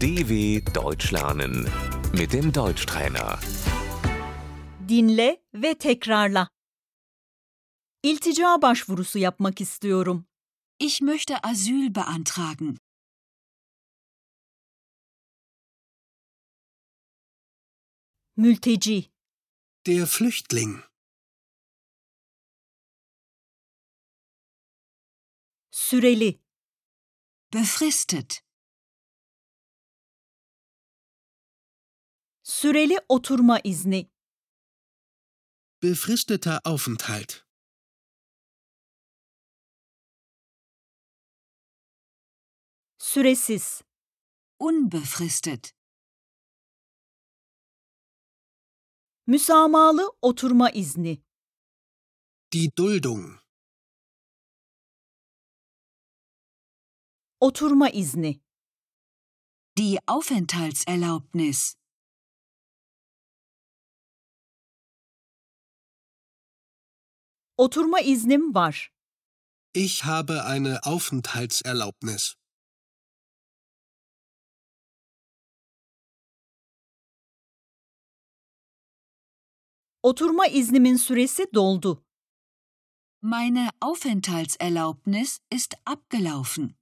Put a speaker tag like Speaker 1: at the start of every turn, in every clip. Speaker 1: DW Deutsch lernen mit dem Deutschtrainer.
Speaker 2: Dinle ve tekrarla. İltica başvurusu yapmak istiyorum.
Speaker 3: Ich möchte Asyl beantragen.
Speaker 2: Mülteci.
Speaker 4: Der Flüchtling.
Speaker 2: Süreli.
Speaker 3: Befristet.
Speaker 2: Süreli oturma izni.
Speaker 4: Befristeter Aufenthalt.
Speaker 2: Süresiz.
Speaker 3: Unbefristet.
Speaker 2: Müsamahalı oturma izni.
Speaker 4: Die Duldung.
Speaker 2: Oturma izni.
Speaker 3: Die Aufenthaltserlaubnis.
Speaker 2: Oturma iznim var.
Speaker 4: Ich habe eine Aufenthaltserlaubnis.
Speaker 2: Oturma iznimin süresi doldu.
Speaker 3: Meine Aufenthaltserlaubnis ist abgelaufen.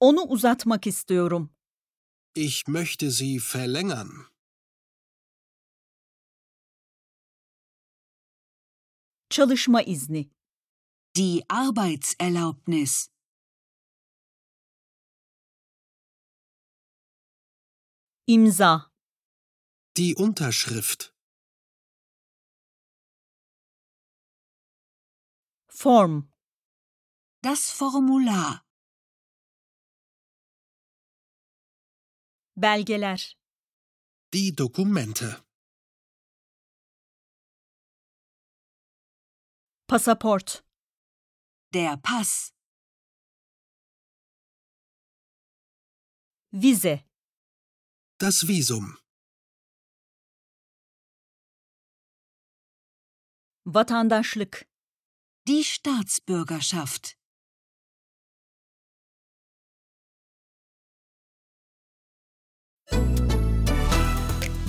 Speaker 2: Onu uzatmak istiyorum.
Speaker 4: Ich möchte sie verlängern.
Speaker 2: Çalışma izni.
Speaker 3: Die Arbeitserlaubnis.
Speaker 2: İmza.
Speaker 4: Die Unterschrift.
Speaker 2: Form.
Speaker 3: Das Formular.
Speaker 2: Belgeler.
Speaker 4: Die Dokumente.
Speaker 2: Pasaport.
Speaker 3: Der Pass.
Speaker 2: Vize.
Speaker 4: Das Visum.
Speaker 2: Vatandaşlık.
Speaker 3: Die Staatsbürgerschaft.